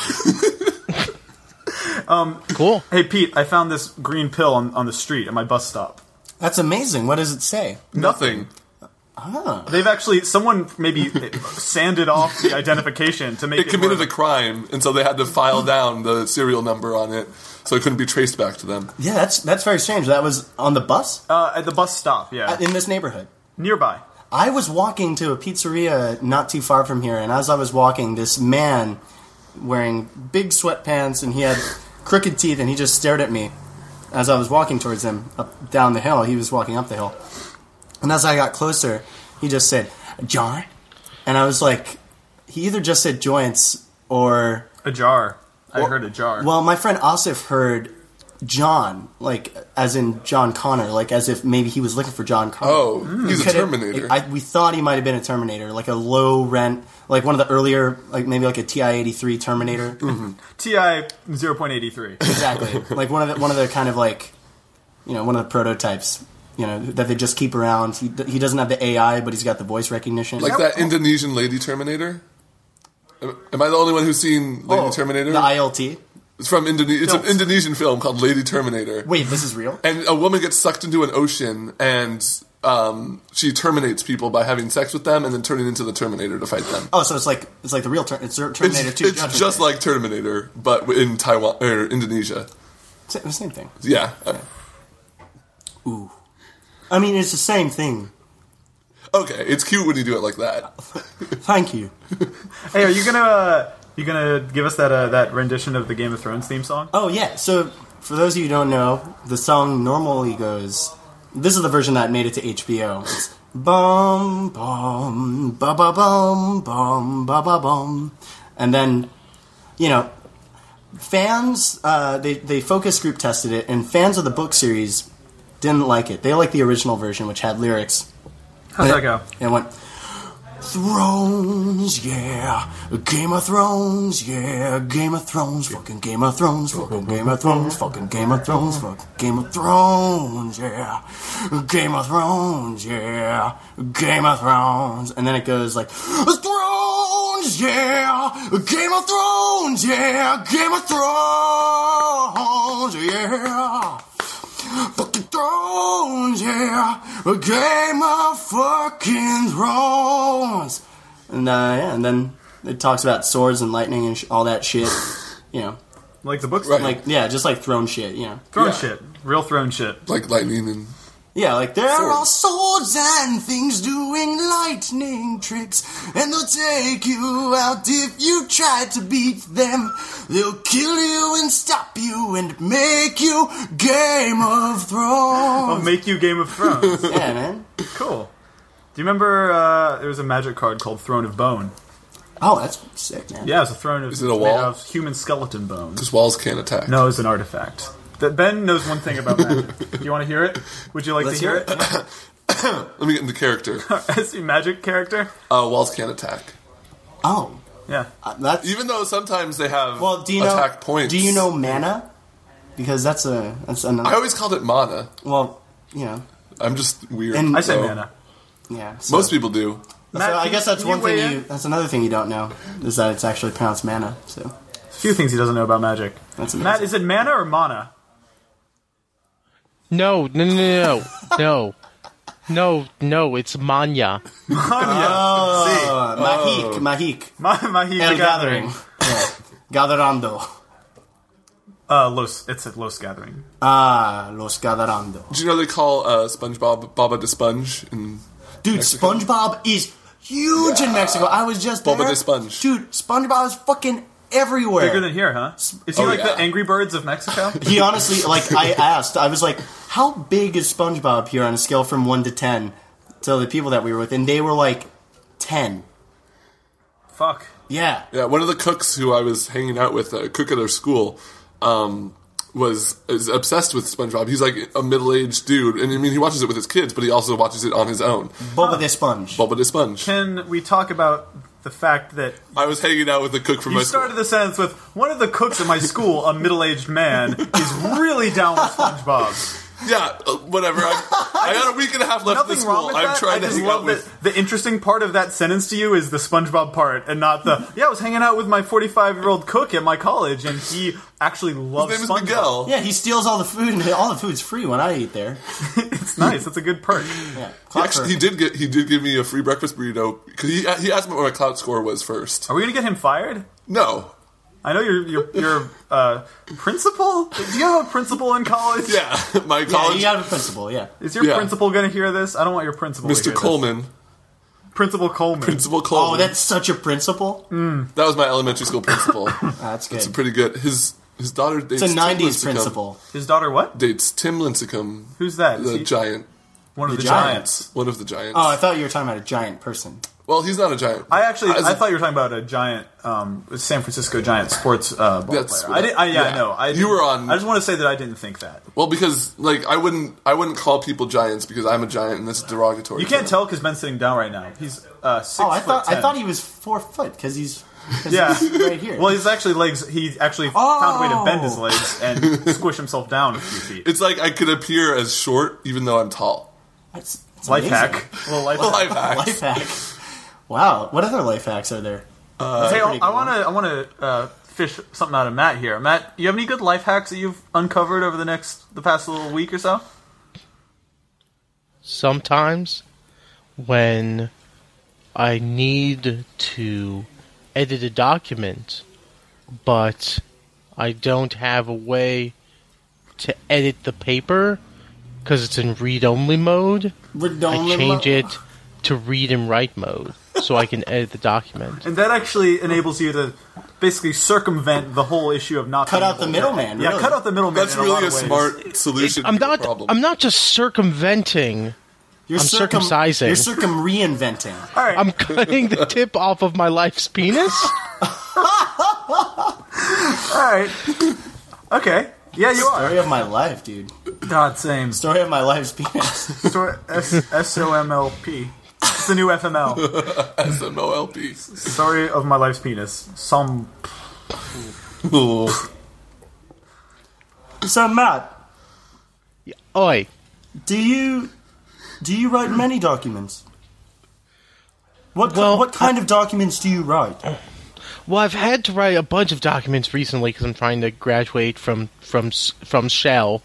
[SPEAKER 1] Cool.
[SPEAKER 3] hey Pete, I found this green pill on, on the street at my bus stop.
[SPEAKER 6] That's amazing. What does it say? Ah.
[SPEAKER 4] Nothing.
[SPEAKER 3] They've actually someone maybe sanded off the identification to make
[SPEAKER 4] It
[SPEAKER 3] it,
[SPEAKER 4] committed
[SPEAKER 3] more-
[SPEAKER 4] a crime, and so they had to file down the serial number on it, so it couldn't be traced back to them.
[SPEAKER 3] Mm.
[SPEAKER 6] Yeah, that's that's very strange. That was on the bus
[SPEAKER 3] uh, at the bus stop. Yeah,
[SPEAKER 6] in this neighborhood.
[SPEAKER 3] nearby.
[SPEAKER 6] I was walking to a pizzeria not too far from here, and as I was walking, this man wearing big sweatpants and he had crooked teeth, and he just stared at me as I was walking towards him up down the hill. He was walking up the hill, and as I got closer, he just said, "John," and I was like, he either just said joints or
[SPEAKER 3] A jar. I heard a jar.
[SPEAKER 6] Well, my friend Asif heard John, like as in John Connor, like as if maybe he was looking for John Connor.
[SPEAKER 4] Oh,
[SPEAKER 3] Mm.
[SPEAKER 4] he's a
[SPEAKER 6] Could it-
[SPEAKER 4] Terminator.
[SPEAKER 6] I, we thought he might have been a Terminator, like a low rent, like one of the earlier, like maybe like a TI eighty three Terminator,
[SPEAKER 4] Mm-hmm.
[SPEAKER 3] Ti zero point eighty three.
[SPEAKER 6] exactly. Like one of the one of the kind of like, you know, one of the prototypes, you know, that they just keep around. He, d- he doesn't have the AI, but he's got the voice recognition.
[SPEAKER 4] like that Indonesian lady Terminator. Am am I the only one who's seen Lady
[SPEAKER 6] Oh,
[SPEAKER 4] Terminator?
[SPEAKER 6] the ILT.
[SPEAKER 4] it's from Indonesia. It's an
[SPEAKER 3] Don't-
[SPEAKER 4] Indonesian film called Lady Terminator.
[SPEAKER 6] Wait, this is real.
[SPEAKER 4] and a woman gets sucked into an ocean and um, she terminates people by having sex with them and then turning into the Terminator to fight them.
[SPEAKER 6] Oh, so it's like it's like the real ter- it's
[SPEAKER 4] it's
[SPEAKER 6] Terminator
[SPEAKER 4] it's
[SPEAKER 6] two.
[SPEAKER 4] just like Terminator, but in Taiwan or Indonesia.
[SPEAKER 6] the same thing.
[SPEAKER 4] Yeah.
[SPEAKER 6] Ooh. I mean, it's the same thing.
[SPEAKER 4] Okay, it's cute when you do it like that.
[SPEAKER 6] Thank you.
[SPEAKER 3] Hey, are you gonna uh, you gonna give us that uh, that rendition of the Game of Thrones theme song?
[SPEAKER 6] Oh, yeah. So, for those of you who don't know, the song normally goes. This is the version that made it to HBO. It's bum, bum, ba ba bum, bum, ba ba bum. And then, you know, fans, uh, they, they focus group tested it, and fans of the book series didn't like it. They liked the original version, which had lyrics.
[SPEAKER 3] How's that go?
[SPEAKER 6] And it went Thrones, yeah, Game of Thrones, yeah, Game of Thrones, fucking Game of Thrones, fucking Game of Thrones, fucking Game of Thrones, fucking Game of Thrones, yeah, Game of Thrones, yeah, Game of Thrones, and then it goes like Thrones, yeah, Game of Thrones, yeah, Game of Thrones, yeah. Fucking Thrones, yeah, a game of fucking thrones. And uh, yeah, and then it talks about swords and lightning and sh- all that shit. You know,
[SPEAKER 3] Like the books,
[SPEAKER 4] Right.
[SPEAKER 3] like
[SPEAKER 6] like yeah, just like throne shit. You know,
[SPEAKER 3] throne
[SPEAKER 4] Yeah.
[SPEAKER 3] shit, real throne shit.
[SPEAKER 4] Like lightning and
[SPEAKER 6] yeah, like there are
[SPEAKER 4] Swords.
[SPEAKER 6] swords and things doing lightning tricks, and they'll take you out if you try to beat them. They'll kill you and stop you and make you Game of
[SPEAKER 3] I'll
[SPEAKER 4] Oh.
[SPEAKER 6] Thrones.
[SPEAKER 3] make you Game of Thrones.
[SPEAKER 6] yeah, man.
[SPEAKER 3] cool. Do you remember uh, there was a magic card called Throne of Bone?
[SPEAKER 6] Oh, that's sick, man.
[SPEAKER 3] Yeah, it's a throne of
[SPEAKER 4] Is it a
[SPEAKER 3] it's
[SPEAKER 4] wall?
[SPEAKER 3] made out of human skeleton bones.
[SPEAKER 4] because walls can't attack.
[SPEAKER 3] No, it's an artifact. That Ben knows one thing about magic. Do you want to hear it? Would you like
[SPEAKER 6] Let's
[SPEAKER 3] to hear,
[SPEAKER 6] hear it.
[SPEAKER 3] it?
[SPEAKER 4] Let me get into character. Uh,
[SPEAKER 3] As a magic character?
[SPEAKER 4] walls can't attack.
[SPEAKER 6] Oh,
[SPEAKER 3] Yeah.
[SPEAKER 6] that's
[SPEAKER 4] Even though sometimes they have
[SPEAKER 6] well. Do you know?
[SPEAKER 4] attack points.
[SPEAKER 6] Do you know mana? Because that's a that's another.
[SPEAKER 4] I always called it mana.
[SPEAKER 6] well, you know,
[SPEAKER 4] I'm just weird.
[SPEAKER 6] And-
[SPEAKER 3] I say
[SPEAKER 4] so-
[SPEAKER 3] mana.
[SPEAKER 6] yeah. So,
[SPEAKER 4] Most people do.
[SPEAKER 6] so
[SPEAKER 3] Matt,
[SPEAKER 6] I
[SPEAKER 3] can
[SPEAKER 6] guess that's
[SPEAKER 3] can
[SPEAKER 6] one
[SPEAKER 3] weigh
[SPEAKER 6] thing
[SPEAKER 3] in?
[SPEAKER 6] you. That's another thing you don't know is that it's actually pronounced mana. So
[SPEAKER 3] few things he doesn't know about magic.
[SPEAKER 6] that's amazing.
[SPEAKER 3] Matt, is it mana or mana?
[SPEAKER 1] No, no, no, no, no. no. No, no, it's Manya.
[SPEAKER 6] Uh, Mahik,
[SPEAKER 4] Oh.
[SPEAKER 6] Mahik.
[SPEAKER 3] My, my heat
[SPEAKER 6] El
[SPEAKER 3] the gathering.
[SPEAKER 6] Gathering. Yeah. Gatherando.
[SPEAKER 3] Uh, Los. It's a Los Gathering.
[SPEAKER 6] Ah, Los Gatherando.
[SPEAKER 4] Do you know they call uh, SpongeBob Baba de Sponge? And
[SPEAKER 6] Dude, SpongeBob is huge in Mexico. I was just
[SPEAKER 4] Boba
[SPEAKER 6] there.
[SPEAKER 4] the Sponge.
[SPEAKER 6] Dude, SpongeBob is fucking everywhere.
[SPEAKER 3] Bigger than here, huh? Is he
[SPEAKER 4] Oh,
[SPEAKER 3] like
[SPEAKER 4] yeah.
[SPEAKER 3] the Angry Birds of Mexico?
[SPEAKER 6] he honestly, like, I asked, I was like, how big is SpongeBob here on a scale from 1 to 10 to the people that we were with? And they were like, 10.
[SPEAKER 3] Fuck.
[SPEAKER 6] Yeah.
[SPEAKER 4] yeah, one of the cooks who I was hanging out with, a cook at our school, um, was is obsessed with SpongeBob. He's like a middle aged dude, and I mean he watches it with his kids, but he also watches it on his own.
[SPEAKER 6] Boba the Sponge.
[SPEAKER 4] Baba de Sponge.
[SPEAKER 3] Can we talk about the fact that
[SPEAKER 4] I was hanging out with a cook from
[SPEAKER 3] you
[SPEAKER 4] my
[SPEAKER 3] started
[SPEAKER 4] school.
[SPEAKER 3] the sentence with one of the cooks at my school, a middle aged man, is really down with SpongeBob?
[SPEAKER 4] yeah, uh, whatever. I'm, I got a week and a half left of
[SPEAKER 3] Nothing
[SPEAKER 4] the
[SPEAKER 3] wrong
[SPEAKER 4] school.
[SPEAKER 3] with
[SPEAKER 4] I'm
[SPEAKER 3] that.
[SPEAKER 4] trying
[SPEAKER 3] I
[SPEAKER 4] to
[SPEAKER 3] just
[SPEAKER 4] hang
[SPEAKER 3] love
[SPEAKER 4] out
[SPEAKER 3] that
[SPEAKER 4] with.
[SPEAKER 3] the interesting part of that sentence to you is the SpongeBob part, and not the yeah. I was hanging out with my forty-five-year-old cook at my college, and he actually loves
[SPEAKER 4] His name
[SPEAKER 3] SpongeBob.
[SPEAKER 4] is Miguel.
[SPEAKER 6] Yeah, he steals all the food, and all the food's free when I eat there.
[SPEAKER 3] It's nice. That's a good perk.
[SPEAKER 6] Yeah,
[SPEAKER 4] He
[SPEAKER 6] clock
[SPEAKER 4] Actually,
[SPEAKER 6] for-
[SPEAKER 4] he did get he did give me a free breakfast burrito because he he asked me what my cloud score was first.
[SPEAKER 3] Are we gonna get him fired?
[SPEAKER 4] No,
[SPEAKER 3] I know you're you're, you're uh, principal. Do you have a principal in college?
[SPEAKER 4] yeah, my
[SPEAKER 6] yeah,
[SPEAKER 4] college
[SPEAKER 6] you gotta be principal, yeah.
[SPEAKER 3] Is your
[SPEAKER 4] Yeah.
[SPEAKER 3] principal gonna hear this? I don't want your principal. to hear
[SPEAKER 4] Mr.
[SPEAKER 3] this.
[SPEAKER 4] Coleman,
[SPEAKER 3] Principal Coleman.
[SPEAKER 4] Principal Coleman.
[SPEAKER 6] Oh, that's such a principal?
[SPEAKER 4] that was my elementary school principal.
[SPEAKER 6] That's good.
[SPEAKER 4] It's pretty good. His his daughter dates
[SPEAKER 6] It's a
[SPEAKER 4] Tim
[SPEAKER 6] 90s
[SPEAKER 4] Lincecum-
[SPEAKER 6] principle.
[SPEAKER 3] His daughter. What?
[SPEAKER 4] Dates Tim Lincecum,
[SPEAKER 3] Who's that? Is
[SPEAKER 4] the
[SPEAKER 3] he-
[SPEAKER 4] giant,
[SPEAKER 3] One of
[SPEAKER 6] The
[SPEAKER 3] the,
[SPEAKER 6] Giants.
[SPEAKER 3] giants.
[SPEAKER 4] one of the giants.
[SPEAKER 6] Oh, I thought you were talking about a giant person.
[SPEAKER 4] well, he's not a giant.
[SPEAKER 3] I actually,
[SPEAKER 4] As
[SPEAKER 3] I
[SPEAKER 4] a-
[SPEAKER 3] thought you were talking about a giant, um, San Francisco Giant sports uh, ball
[SPEAKER 4] That's
[SPEAKER 3] player.
[SPEAKER 4] what
[SPEAKER 3] I didn't. I, yeah,
[SPEAKER 4] yeah.
[SPEAKER 3] no, I
[SPEAKER 4] You
[SPEAKER 3] didn't-
[SPEAKER 4] were on-
[SPEAKER 3] I just want to say that I didn't think that.
[SPEAKER 4] well because like I wouldn't I wouldn't call people giants because I'm a giant and that's derogatory.
[SPEAKER 3] You can't
[SPEAKER 4] to them.
[SPEAKER 3] tell because Ben's sitting down right now. He's uh, six.
[SPEAKER 6] Oh, I
[SPEAKER 3] foot
[SPEAKER 6] thought I
[SPEAKER 3] 10.
[SPEAKER 6] thought he was four foot because he's, 'cause
[SPEAKER 3] Yeah.
[SPEAKER 6] he's right here.
[SPEAKER 3] Well, his actually legs. He actually found a way to bend his legs and squish himself down a few feet.
[SPEAKER 4] Oh. It's like I could appear as short even though I'm tall.
[SPEAKER 6] That's- that's
[SPEAKER 3] life
[SPEAKER 6] amazing.
[SPEAKER 3] hack. Little life hack.
[SPEAKER 4] Life hack.
[SPEAKER 6] Life hack. Wow, what other life hacks are there?
[SPEAKER 3] Hey,
[SPEAKER 6] pretty
[SPEAKER 3] I
[SPEAKER 6] good
[SPEAKER 3] want to I want to uh, fish something out of Matt here. Matt, you have any good life hacks that you've uncovered over the next the past little week or so?
[SPEAKER 1] Sometimes when I need to edit a document, but I don't have a way to edit the paper because it's in read only mode, I change it to read and write mode so I can edit the document.
[SPEAKER 3] And that actually enables you to basically circumvent the whole issue of not
[SPEAKER 6] Cut
[SPEAKER 3] being
[SPEAKER 6] out the
[SPEAKER 3] able to-
[SPEAKER 6] middleman,
[SPEAKER 3] Yeah,
[SPEAKER 6] really.
[SPEAKER 3] cut out the middleman.
[SPEAKER 4] That's
[SPEAKER 3] in a lot
[SPEAKER 4] really a
[SPEAKER 3] of ways.
[SPEAKER 4] smart solution.
[SPEAKER 1] I'm
[SPEAKER 4] to the
[SPEAKER 1] not.
[SPEAKER 4] problem.
[SPEAKER 1] I'm not just circumventing.
[SPEAKER 6] You're
[SPEAKER 1] I'm circumcising.
[SPEAKER 6] You're circum reinventing.
[SPEAKER 3] All right.
[SPEAKER 1] I'm cutting the tip off of my life's penis.
[SPEAKER 3] all right. Okay. Yeah, you are.
[SPEAKER 6] Story of my life, dude.
[SPEAKER 3] God, same.
[SPEAKER 6] Story of my life's penis.
[SPEAKER 3] S O M L P. It's the new FML.
[SPEAKER 4] SMLP.
[SPEAKER 3] Story of my life's penis. Some.
[SPEAKER 6] so Matt,
[SPEAKER 1] Oi,
[SPEAKER 6] do you do you write many documents? What ki-
[SPEAKER 1] Well- Oh,
[SPEAKER 6] what kind of documents do you write?
[SPEAKER 1] Well, I've had to write a bunch of documents recently because I'm trying to graduate from from s- from Shell,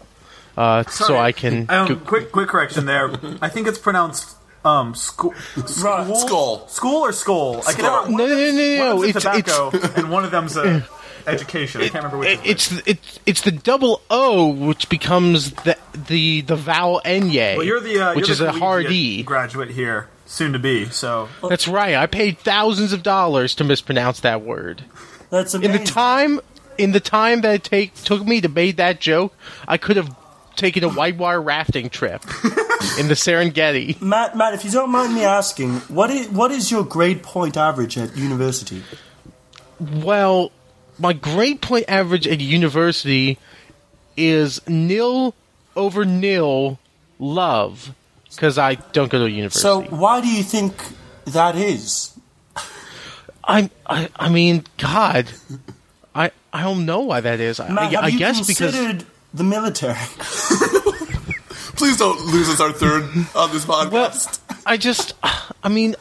[SPEAKER 1] uh, so
[SPEAKER 3] Sorry.
[SPEAKER 1] I can.
[SPEAKER 3] Um,
[SPEAKER 1] go-
[SPEAKER 3] quick, quick correction there. I think it's pronounced um school. School,
[SPEAKER 4] Skull.
[SPEAKER 3] School or skull? I can
[SPEAKER 4] Skull.
[SPEAKER 3] never-
[SPEAKER 1] no, no, no, no, no.
[SPEAKER 3] One's a
[SPEAKER 1] It's it's
[SPEAKER 3] tobacco, and one of them's a education. I can't remember which.
[SPEAKER 1] it-
[SPEAKER 3] is
[SPEAKER 1] it's the- it's it's the double O which becomes the the the vowel enye,
[SPEAKER 3] which. Well, you're the uh,
[SPEAKER 1] which
[SPEAKER 3] you're
[SPEAKER 1] is
[SPEAKER 3] the
[SPEAKER 1] a hard
[SPEAKER 3] collegiate
[SPEAKER 1] e.
[SPEAKER 3] graduate here, soon to be. So
[SPEAKER 1] That's right. I paid thousands of dollars to mispronounce that word.
[SPEAKER 6] That's
[SPEAKER 1] In
[SPEAKER 6] amazing.
[SPEAKER 1] the time in the time that it take took me to make that joke, I could have taken a white wire rafting trip in the Serengeti.
[SPEAKER 6] Matt, Matt, if you don't mind me asking, what is what is your grade point average at university?
[SPEAKER 1] Well, my grade point average at university is nil over nil love because I don't go to university.
[SPEAKER 6] So why do you think that is?
[SPEAKER 1] I, I, I mean, God, I, I don't know why that is. I, I,
[SPEAKER 6] Matt, have
[SPEAKER 1] I
[SPEAKER 6] you
[SPEAKER 1] guess because
[SPEAKER 6] considered the military?
[SPEAKER 4] Please don't lose us our third on this podcast.
[SPEAKER 1] well, I just, I mean.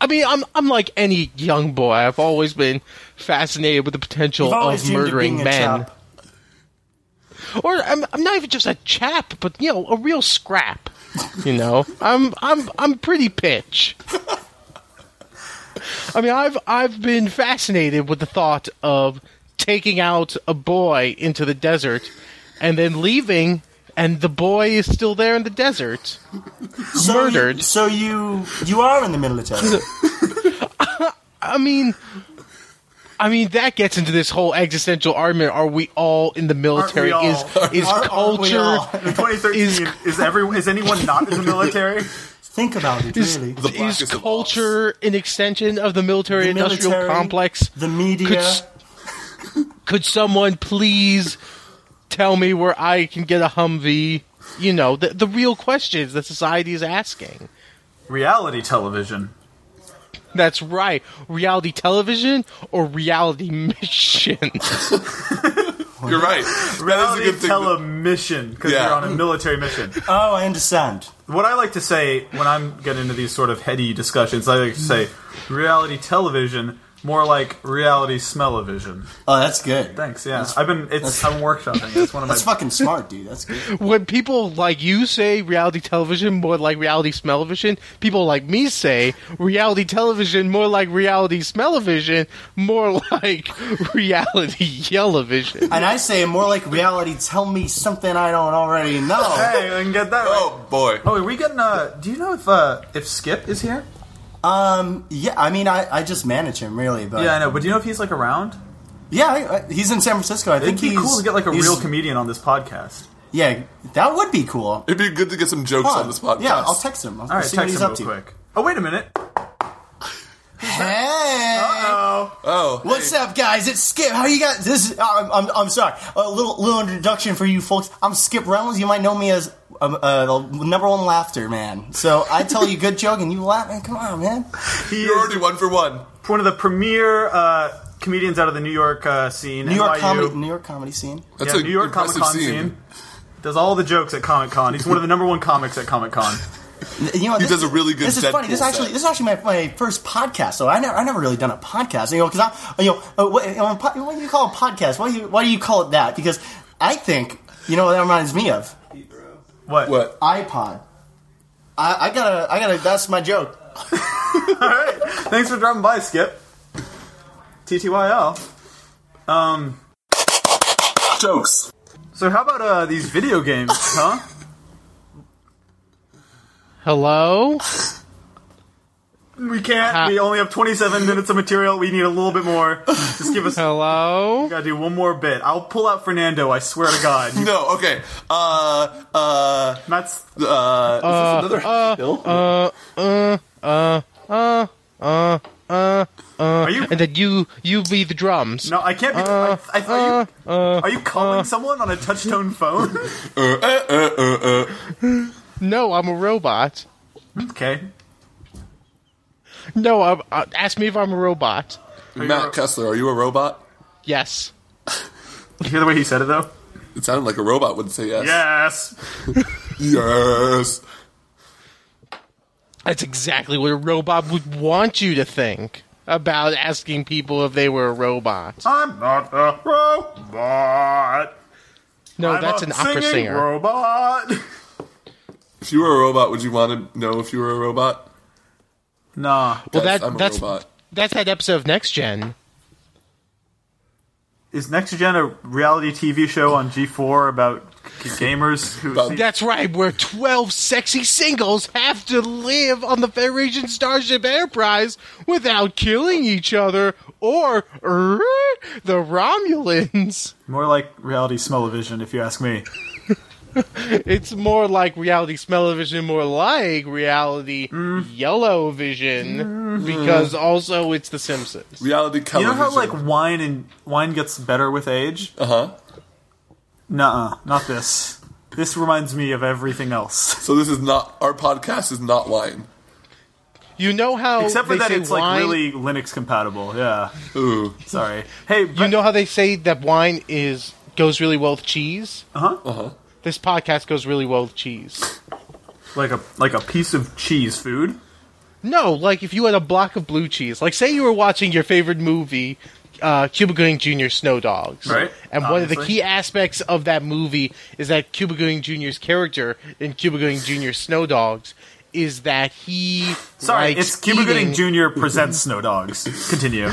[SPEAKER 1] I mean, I'm I'm like any young boy. I've always been fascinated with the potential
[SPEAKER 6] You've always
[SPEAKER 1] of
[SPEAKER 6] dreamed of
[SPEAKER 1] murdering
[SPEAKER 6] being a
[SPEAKER 1] men.
[SPEAKER 6] chap.
[SPEAKER 1] or I'm, I'm not even just a chap, but you know, a real scrap. You know, I'm I'm I'm pretty pitch. I mean, I've I've been fascinated with the thought of taking out a boy into the desert and then leaving and the boy is still there in the desert.
[SPEAKER 6] So You,
[SPEAKER 1] Murdered.
[SPEAKER 6] so you you are in the military.
[SPEAKER 1] I mean I mean that gets into this whole existential argument are we all in the military
[SPEAKER 3] all?
[SPEAKER 1] is is
[SPEAKER 6] Aren't- aren't we
[SPEAKER 1] culture
[SPEAKER 6] all?
[SPEAKER 3] In 2013, is,
[SPEAKER 1] Is-
[SPEAKER 3] every is anyone not in the military?
[SPEAKER 6] Think about it,
[SPEAKER 1] Is,
[SPEAKER 6] really.
[SPEAKER 4] The blackest
[SPEAKER 1] is
[SPEAKER 4] of
[SPEAKER 1] culture an extension of the military
[SPEAKER 6] The
[SPEAKER 1] industrial
[SPEAKER 6] military,
[SPEAKER 1] complex?
[SPEAKER 6] the media.
[SPEAKER 1] Could, s- could someone please tell me where I can get a Humvee? You know, the, the real questions that society is asking.
[SPEAKER 3] Reality television.
[SPEAKER 1] That's right. Reality television or reality mission?
[SPEAKER 4] You're right. That
[SPEAKER 3] Reality
[SPEAKER 4] is a good thing. that-
[SPEAKER 3] telemission because
[SPEAKER 4] Yeah.
[SPEAKER 3] you're on a military mission.
[SPEAKER 6] oh, I understand.
[SPEAKER 3] What I like to say when I'm getting into these sort of heady discussions, I like to say reality television, more like reality smell-o-vision.
[SPEAKER 6] Oh, that's good.
[SPEAKER 3] Thanks. Yeah, I've been it's I'm workshopping. it. It's one of my
[SPEAKER 6] That's fucking smart, dude. That's good.
[SPEAKER 1] when people like you say reality television more like reality smell-vision, people like me say reality television more like reality smell-vision, more like reality yellow-vision.
[SPEAKER 6] And I say more like reality. Tell me something I don't already know.
[SPEAKER 3] Hey, I can get that. Oh,
[SPEAKER 4] Oh boy.
[SPEAKER 3] oh, are we getting? Uh, do you know if uh, if Skip is here?
[SPEAKER 6] Um, yeah, I mean, I, I just manage him really, but
[SPEAKER 3] Yeah, I know. But do you know if he's like around?
[SPEAKER 6] yeah, I, I, he's in San Francisco. I
[SPEAKER 3] It'd
[SPEAKER 6] think
[SPEAKER 3] be
[SPEAKER 6] he's
[SPEAKER 3] cool to get like a
[SPEAKER 6] he's-
[SPEAKER 3] real comedian on this podcast.
[SPEAKER 6] Yeah, that would be cool.
[SPEAKER 4] It'd be good to get some jokes
[SPEAKER 6] Huh.
[SPEAKER 4] on this podcast.
[SPEAKER 6] Yeah, I'll text him. I'll
[SPEAKER 3] All right,
[SPEAKER 6] see what
[SPEAKER 3] text
[SPEAKER 6] he's
[SPEAKER 3] him
[SPEAKER 6] up
[SPEAKER 3] real
[SPEAKER 6] to.
[SPEAKER 3] quick. Oh, wait a minute.
[SPEAKER 6] Hey,
[SPEAKER 3] Oh,
[SPEAKER 4] Oh,
[SPEAKER 6] what's up, guys? It's Skip. How you guys? This is, I'm, I'm I'm sorry. A little little introduction for you folks. I'm Skip Reynolds. You might know me as um, uh, the number one laughter man. So I tell you a good joke and you laugh. Man, come on, man.
[SPEAKER 3] he
[SPEAKER 4] you're
[SPEAKER 3] is
[SPEAKER 4] already one for one.
[SPEAKER 3] one of the premier uh, comedians out of the New York uh, scene.
[SPEAKER 6] New York
[SPEAKER 3] NYU.
[SPEAKER 6] comedy, New York comedy scene.
[SPEAKER 4] That's
[SPEAKER 3] yeah,
[SPEAKER 4] a
[SPEAKER 3] New York Comic Con
[SPEAKER 4] impressive scene.
[SPEAKER 3] scene. Does all the jokes at Comic Con. He's one of the number one comics at Comic Con.
[SPEAKER 6] You know, he
[SPEAKER 4] does a really good
[SPEAKER 6] This is funny.
[SPEAKER 4] Deadpool
[SPEAKER 6] This is actually
[SPEAKER 4] set.
[SPEAKER 6] this is actually my, my first podcast. So I never I never really done a podcast. You know, because I you know uh, what, you know, po- what do you call a podcast? Why do you why do you call it that? Because I think you know what that reminds me of
[SPEAKER 3] What?
[SPEAKER 4] What?
[SPEAKER 6] iPod. I, I gotta I gotta. That's my joke.
[SPEAKER 3] All right. Thanks for dropping by, Skip. TTYL.
[SPEAKER 4] Jokes.
[SPEAKER 3] Um, So how about uh, these video games, huh?
[SPEAKER 1] Hello?
[SPEAKER 3] We can't. we only have 27 minutes of material. We need a little bit more. Just give us.
[SPEAKER 1] Hello?
[SPEAKER 3] Gotta do one more bit. I'll pull out Fernando. I swear to God.
[SPEAKER 4] No. Okay. Uh. Uh.
[SPEAKER 3] That's
[SPEAKER 4] Uh. Uh. Another hill?
[SPEAKER 1] uh,
[SPEAKER 3] are you?
[SPEAKER 1] uh, And then you you lead the drums.
[SPEAKER 3] No, I can't be. I, I, are
[SPEAKER 1] Uh,
[SPEAKER 3] you? are you calling someone on a touchtone phone?
[SPEAKER 1] uh, No, I'm a robot.
[SPEAKER 3] okay.
[SPEAKER 1] No, I'm, uh, ask me if I'm a robot.
[SPEAKER 4] Matt Kessler, are you a robot?
[SPEAKER 1] Yes.
[SPEAKER 3] You hear the way he said it though?
[SPEAKER 4] It sounded like a robot would say yes.
[SPEAKER 3] Yes.
[SPEAKER 4] Yes.
[SPEAKER 1] That's exactly what a robot would want you to think about asking people if they were a robot.
[SPEAKER 3] I'm not a robot.
[SPEAKER 1] No,
[SPEAKER 3] I'm
[SPEAKER 1] Oh, that's
[SPEAKER 3] a
[SPEAKER 1] an opera
[SPEAKER 3] singing
[SPEAKER 1] singer.
[SPEAKER 3] Robot.
[SPEAKER 4] If you were a robot, would you want to know if you were a robot?
[SPEAKER 3] Nah.
[SPEAKER 1] well,
[SPEAKER 4] Yes,
[SPEAKER 1] that,
[SPEAKER 4] I'm a
[SPEAKER 1] that's
[SPEAKER 4] robot.
[SPEAKER 1] that's that episode of Next Gen.
[SPEAKER 3] Is Next Gen a reality TV show on G4 about g- gamers who?
[SPEAKER 4] About-
[SPEAKER 1] That's right, where 12 sexy singles have to live on the Federation Starship Enterprise without killing each other or er, the Romulans.
[SPEAKER 3] More like reality smell-o-vision, if you ask me.
[SPEAKER 1] It's more like reality smell-o-vision, more like reality
[SPEAKER 3] Mm.
[SPEAKER 1] yellow vision,
[SPEAKER 3] Mm-hmm.
[SPEAKER 1] because also it's The Simpsons.
[SPEAKER 4] Reality
[SPEAKER 3] You know
[SPEAKER 4] television.
[SPEAKER 3] how like wine and wine gets better with age?
[SPEAKER 4] Uh
[SPEAKER 1] Uh-huh.
[SPEAKER 4] huh.
[SPEAKER 3] Nuh-uh, not this. This reminds me of everything else.
[SPEAKER 4] So this is not our podcast. Is not wine.
[SPEAKER 1] You know how
[SPEAKER 3] Except for
[SPEAKER 1] they
[SPEAKER 3] that
[SPEAKER 1] say
[SPEAKER 3] it's
[SPEAKER 1] wine,
[SPEAKER 3] like really Linux compatible. Yeah.
[SPEAKER 4] Ooh.
[SPEAKER 3] Sorry. Hey,
[SPEAKER 1] You know how they say that wine is goes really well with cheese?
[SPEAKER 3] Uh-huh.
[SPEAKER 1] This podcast goes really well with cheese.
[SPEAKER 3] like a like a piece of cheese food.
[SPEAKER 1] No, like if you had a block of blue cheese, like say you were watching your favorite movie, uh, Cuba Gooding Jr. Snow Dogs.
[SPEAKER 3] Right,
[SPEAKER 1] And one of the
[SPEAKER 3] obviously.
[SPEAKER 1] key aspects of that movie is that Cuba Gooding Jr.'s character in Cuba Gooding Jr. Snow Dogs is that he
[SPEAKER 3] Sorry,
[SPEAKER 1] likes
[SPEAKER 3] it's Cuba Gooding
[SPEAKER 1] eating-
[SPEAKER 3] Jr. presents Snow Dogs. Continue.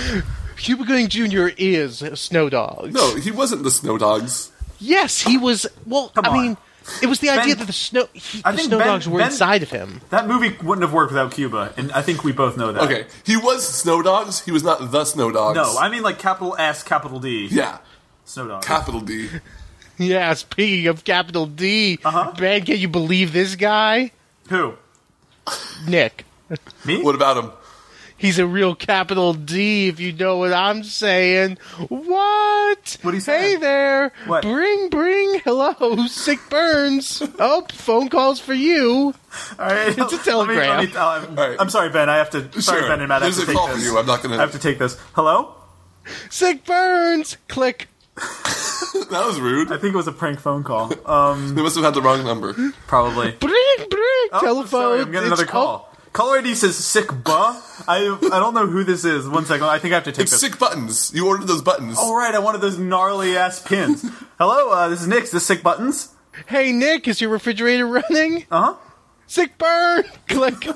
[SPEAKER 1] Cuba Gooding Jr. is Snow Dogs.
[SPEAKER 4] No, he wasn't the Snow Dogs.
[SPEAKER 1] Yes, he was. Well,
[SPEAKER 3] Come
[SPEAKER 1] I
[SPEAKER 3] on.
[SPEAKER 1] mean, it was the idea that the snow he,
[SPEAKER 3] I
[SPEAKER 1] the
[SPEAKER 3] think
[SPEAKER 1] Snow
[SPEAKER 3] Ben-
[SPEAKER 1] Dogs were
[SPEAKER 3] Ben-
[SPEAKER 1] inside of him.
[SPEAKER 3] That movie wouldn't have worked without Cuba, and I think we both know that.
[SPEAKER 4] Okay, he was Snow Dogs. He was not the Snow Dogs.
[SPEAKER 3] No, I mean like capital S, capital D.
[SPEAKER 4] yeah,
[SPEAKER 3] Snow Dogs.
[SPEAKER 4] capital D.
[SPEAKER 1] Yeah, speaking of capital D,
[SPEAKER 3] Uh-huh.
[SPEAKER 1] man, can you believe this guy?
[SPEAKER 3] Who?
[SPEAKER 1] Nick.
[SPEAKER 3] Me?
[SPEAKER 4] What about him?
[SPEAKER 1] He's a real capital D, if you know what I'm saying. What?
[SPEAKER 3] What'd he
[SPEAKER 1] Hey
[SPEAKER 3] say?
[SPEAKER 1] there.
[SPEAKER 3] What?
[SPEAKER 1] Bring, bring. Hello, sick burns. oh, phone calls for you.
[SPEAKER 3] All right. It's
[SPEAKER 1] telegram.
[SPEAKER 3] Let me, oh, I'm,
[SPEAKER 4] All right.
[SPEAKER 3] I'm sorry, Ben. I have to. Sorry,
[SPEAKER 4] Sure.
[SPEAKER 3] Ben and Matt. I have
[SPEAKER 4] There's
[SPEAKER 3] to
[SPEAKER 4] a
[SPEAKER 3] take
[SPEAKER 4] call
[SPEAKER 3] this.
[SPEAKER 4] for you. I'm not gonna.
[SPEAKER 3] I have to take this. Hello.
[SPEAKER 1] Sick burns. Click.
[SPEAKER 4] That was rude.
[SPEAKER 3] I think it was a prank phone call. Um,
[SPEAKER 4] They must have had the wrong number.
[SPEAKER 3] probably.
[SPEAKER 1] Bring, bring.
[SPEAKER 3] Oh,
[SPEAKER 1] Telephone.
[SPEAKER 3] Sorry, I'm getting
[SPEAKER 1] It's
[SPEAKER 3] another call. Caller ID says sick buh. I I don't know who this is. One second. I think I have to take
[SPEAKER 4] It's
[SPEAKER 3] this.
[SPEAKER 4] sick buttons. You ordered those buttons.
[SPEAKER 3] All right. I wanted those gnarly ass pins. Hello. Uh, this is Nick's. This sick buttons.
[SPEAKER 1] up. Hey, Nick, is your refrigerator running?
[SPEAKER 3] Uh huh.
[SPEAKER 1] Sick burn. Click.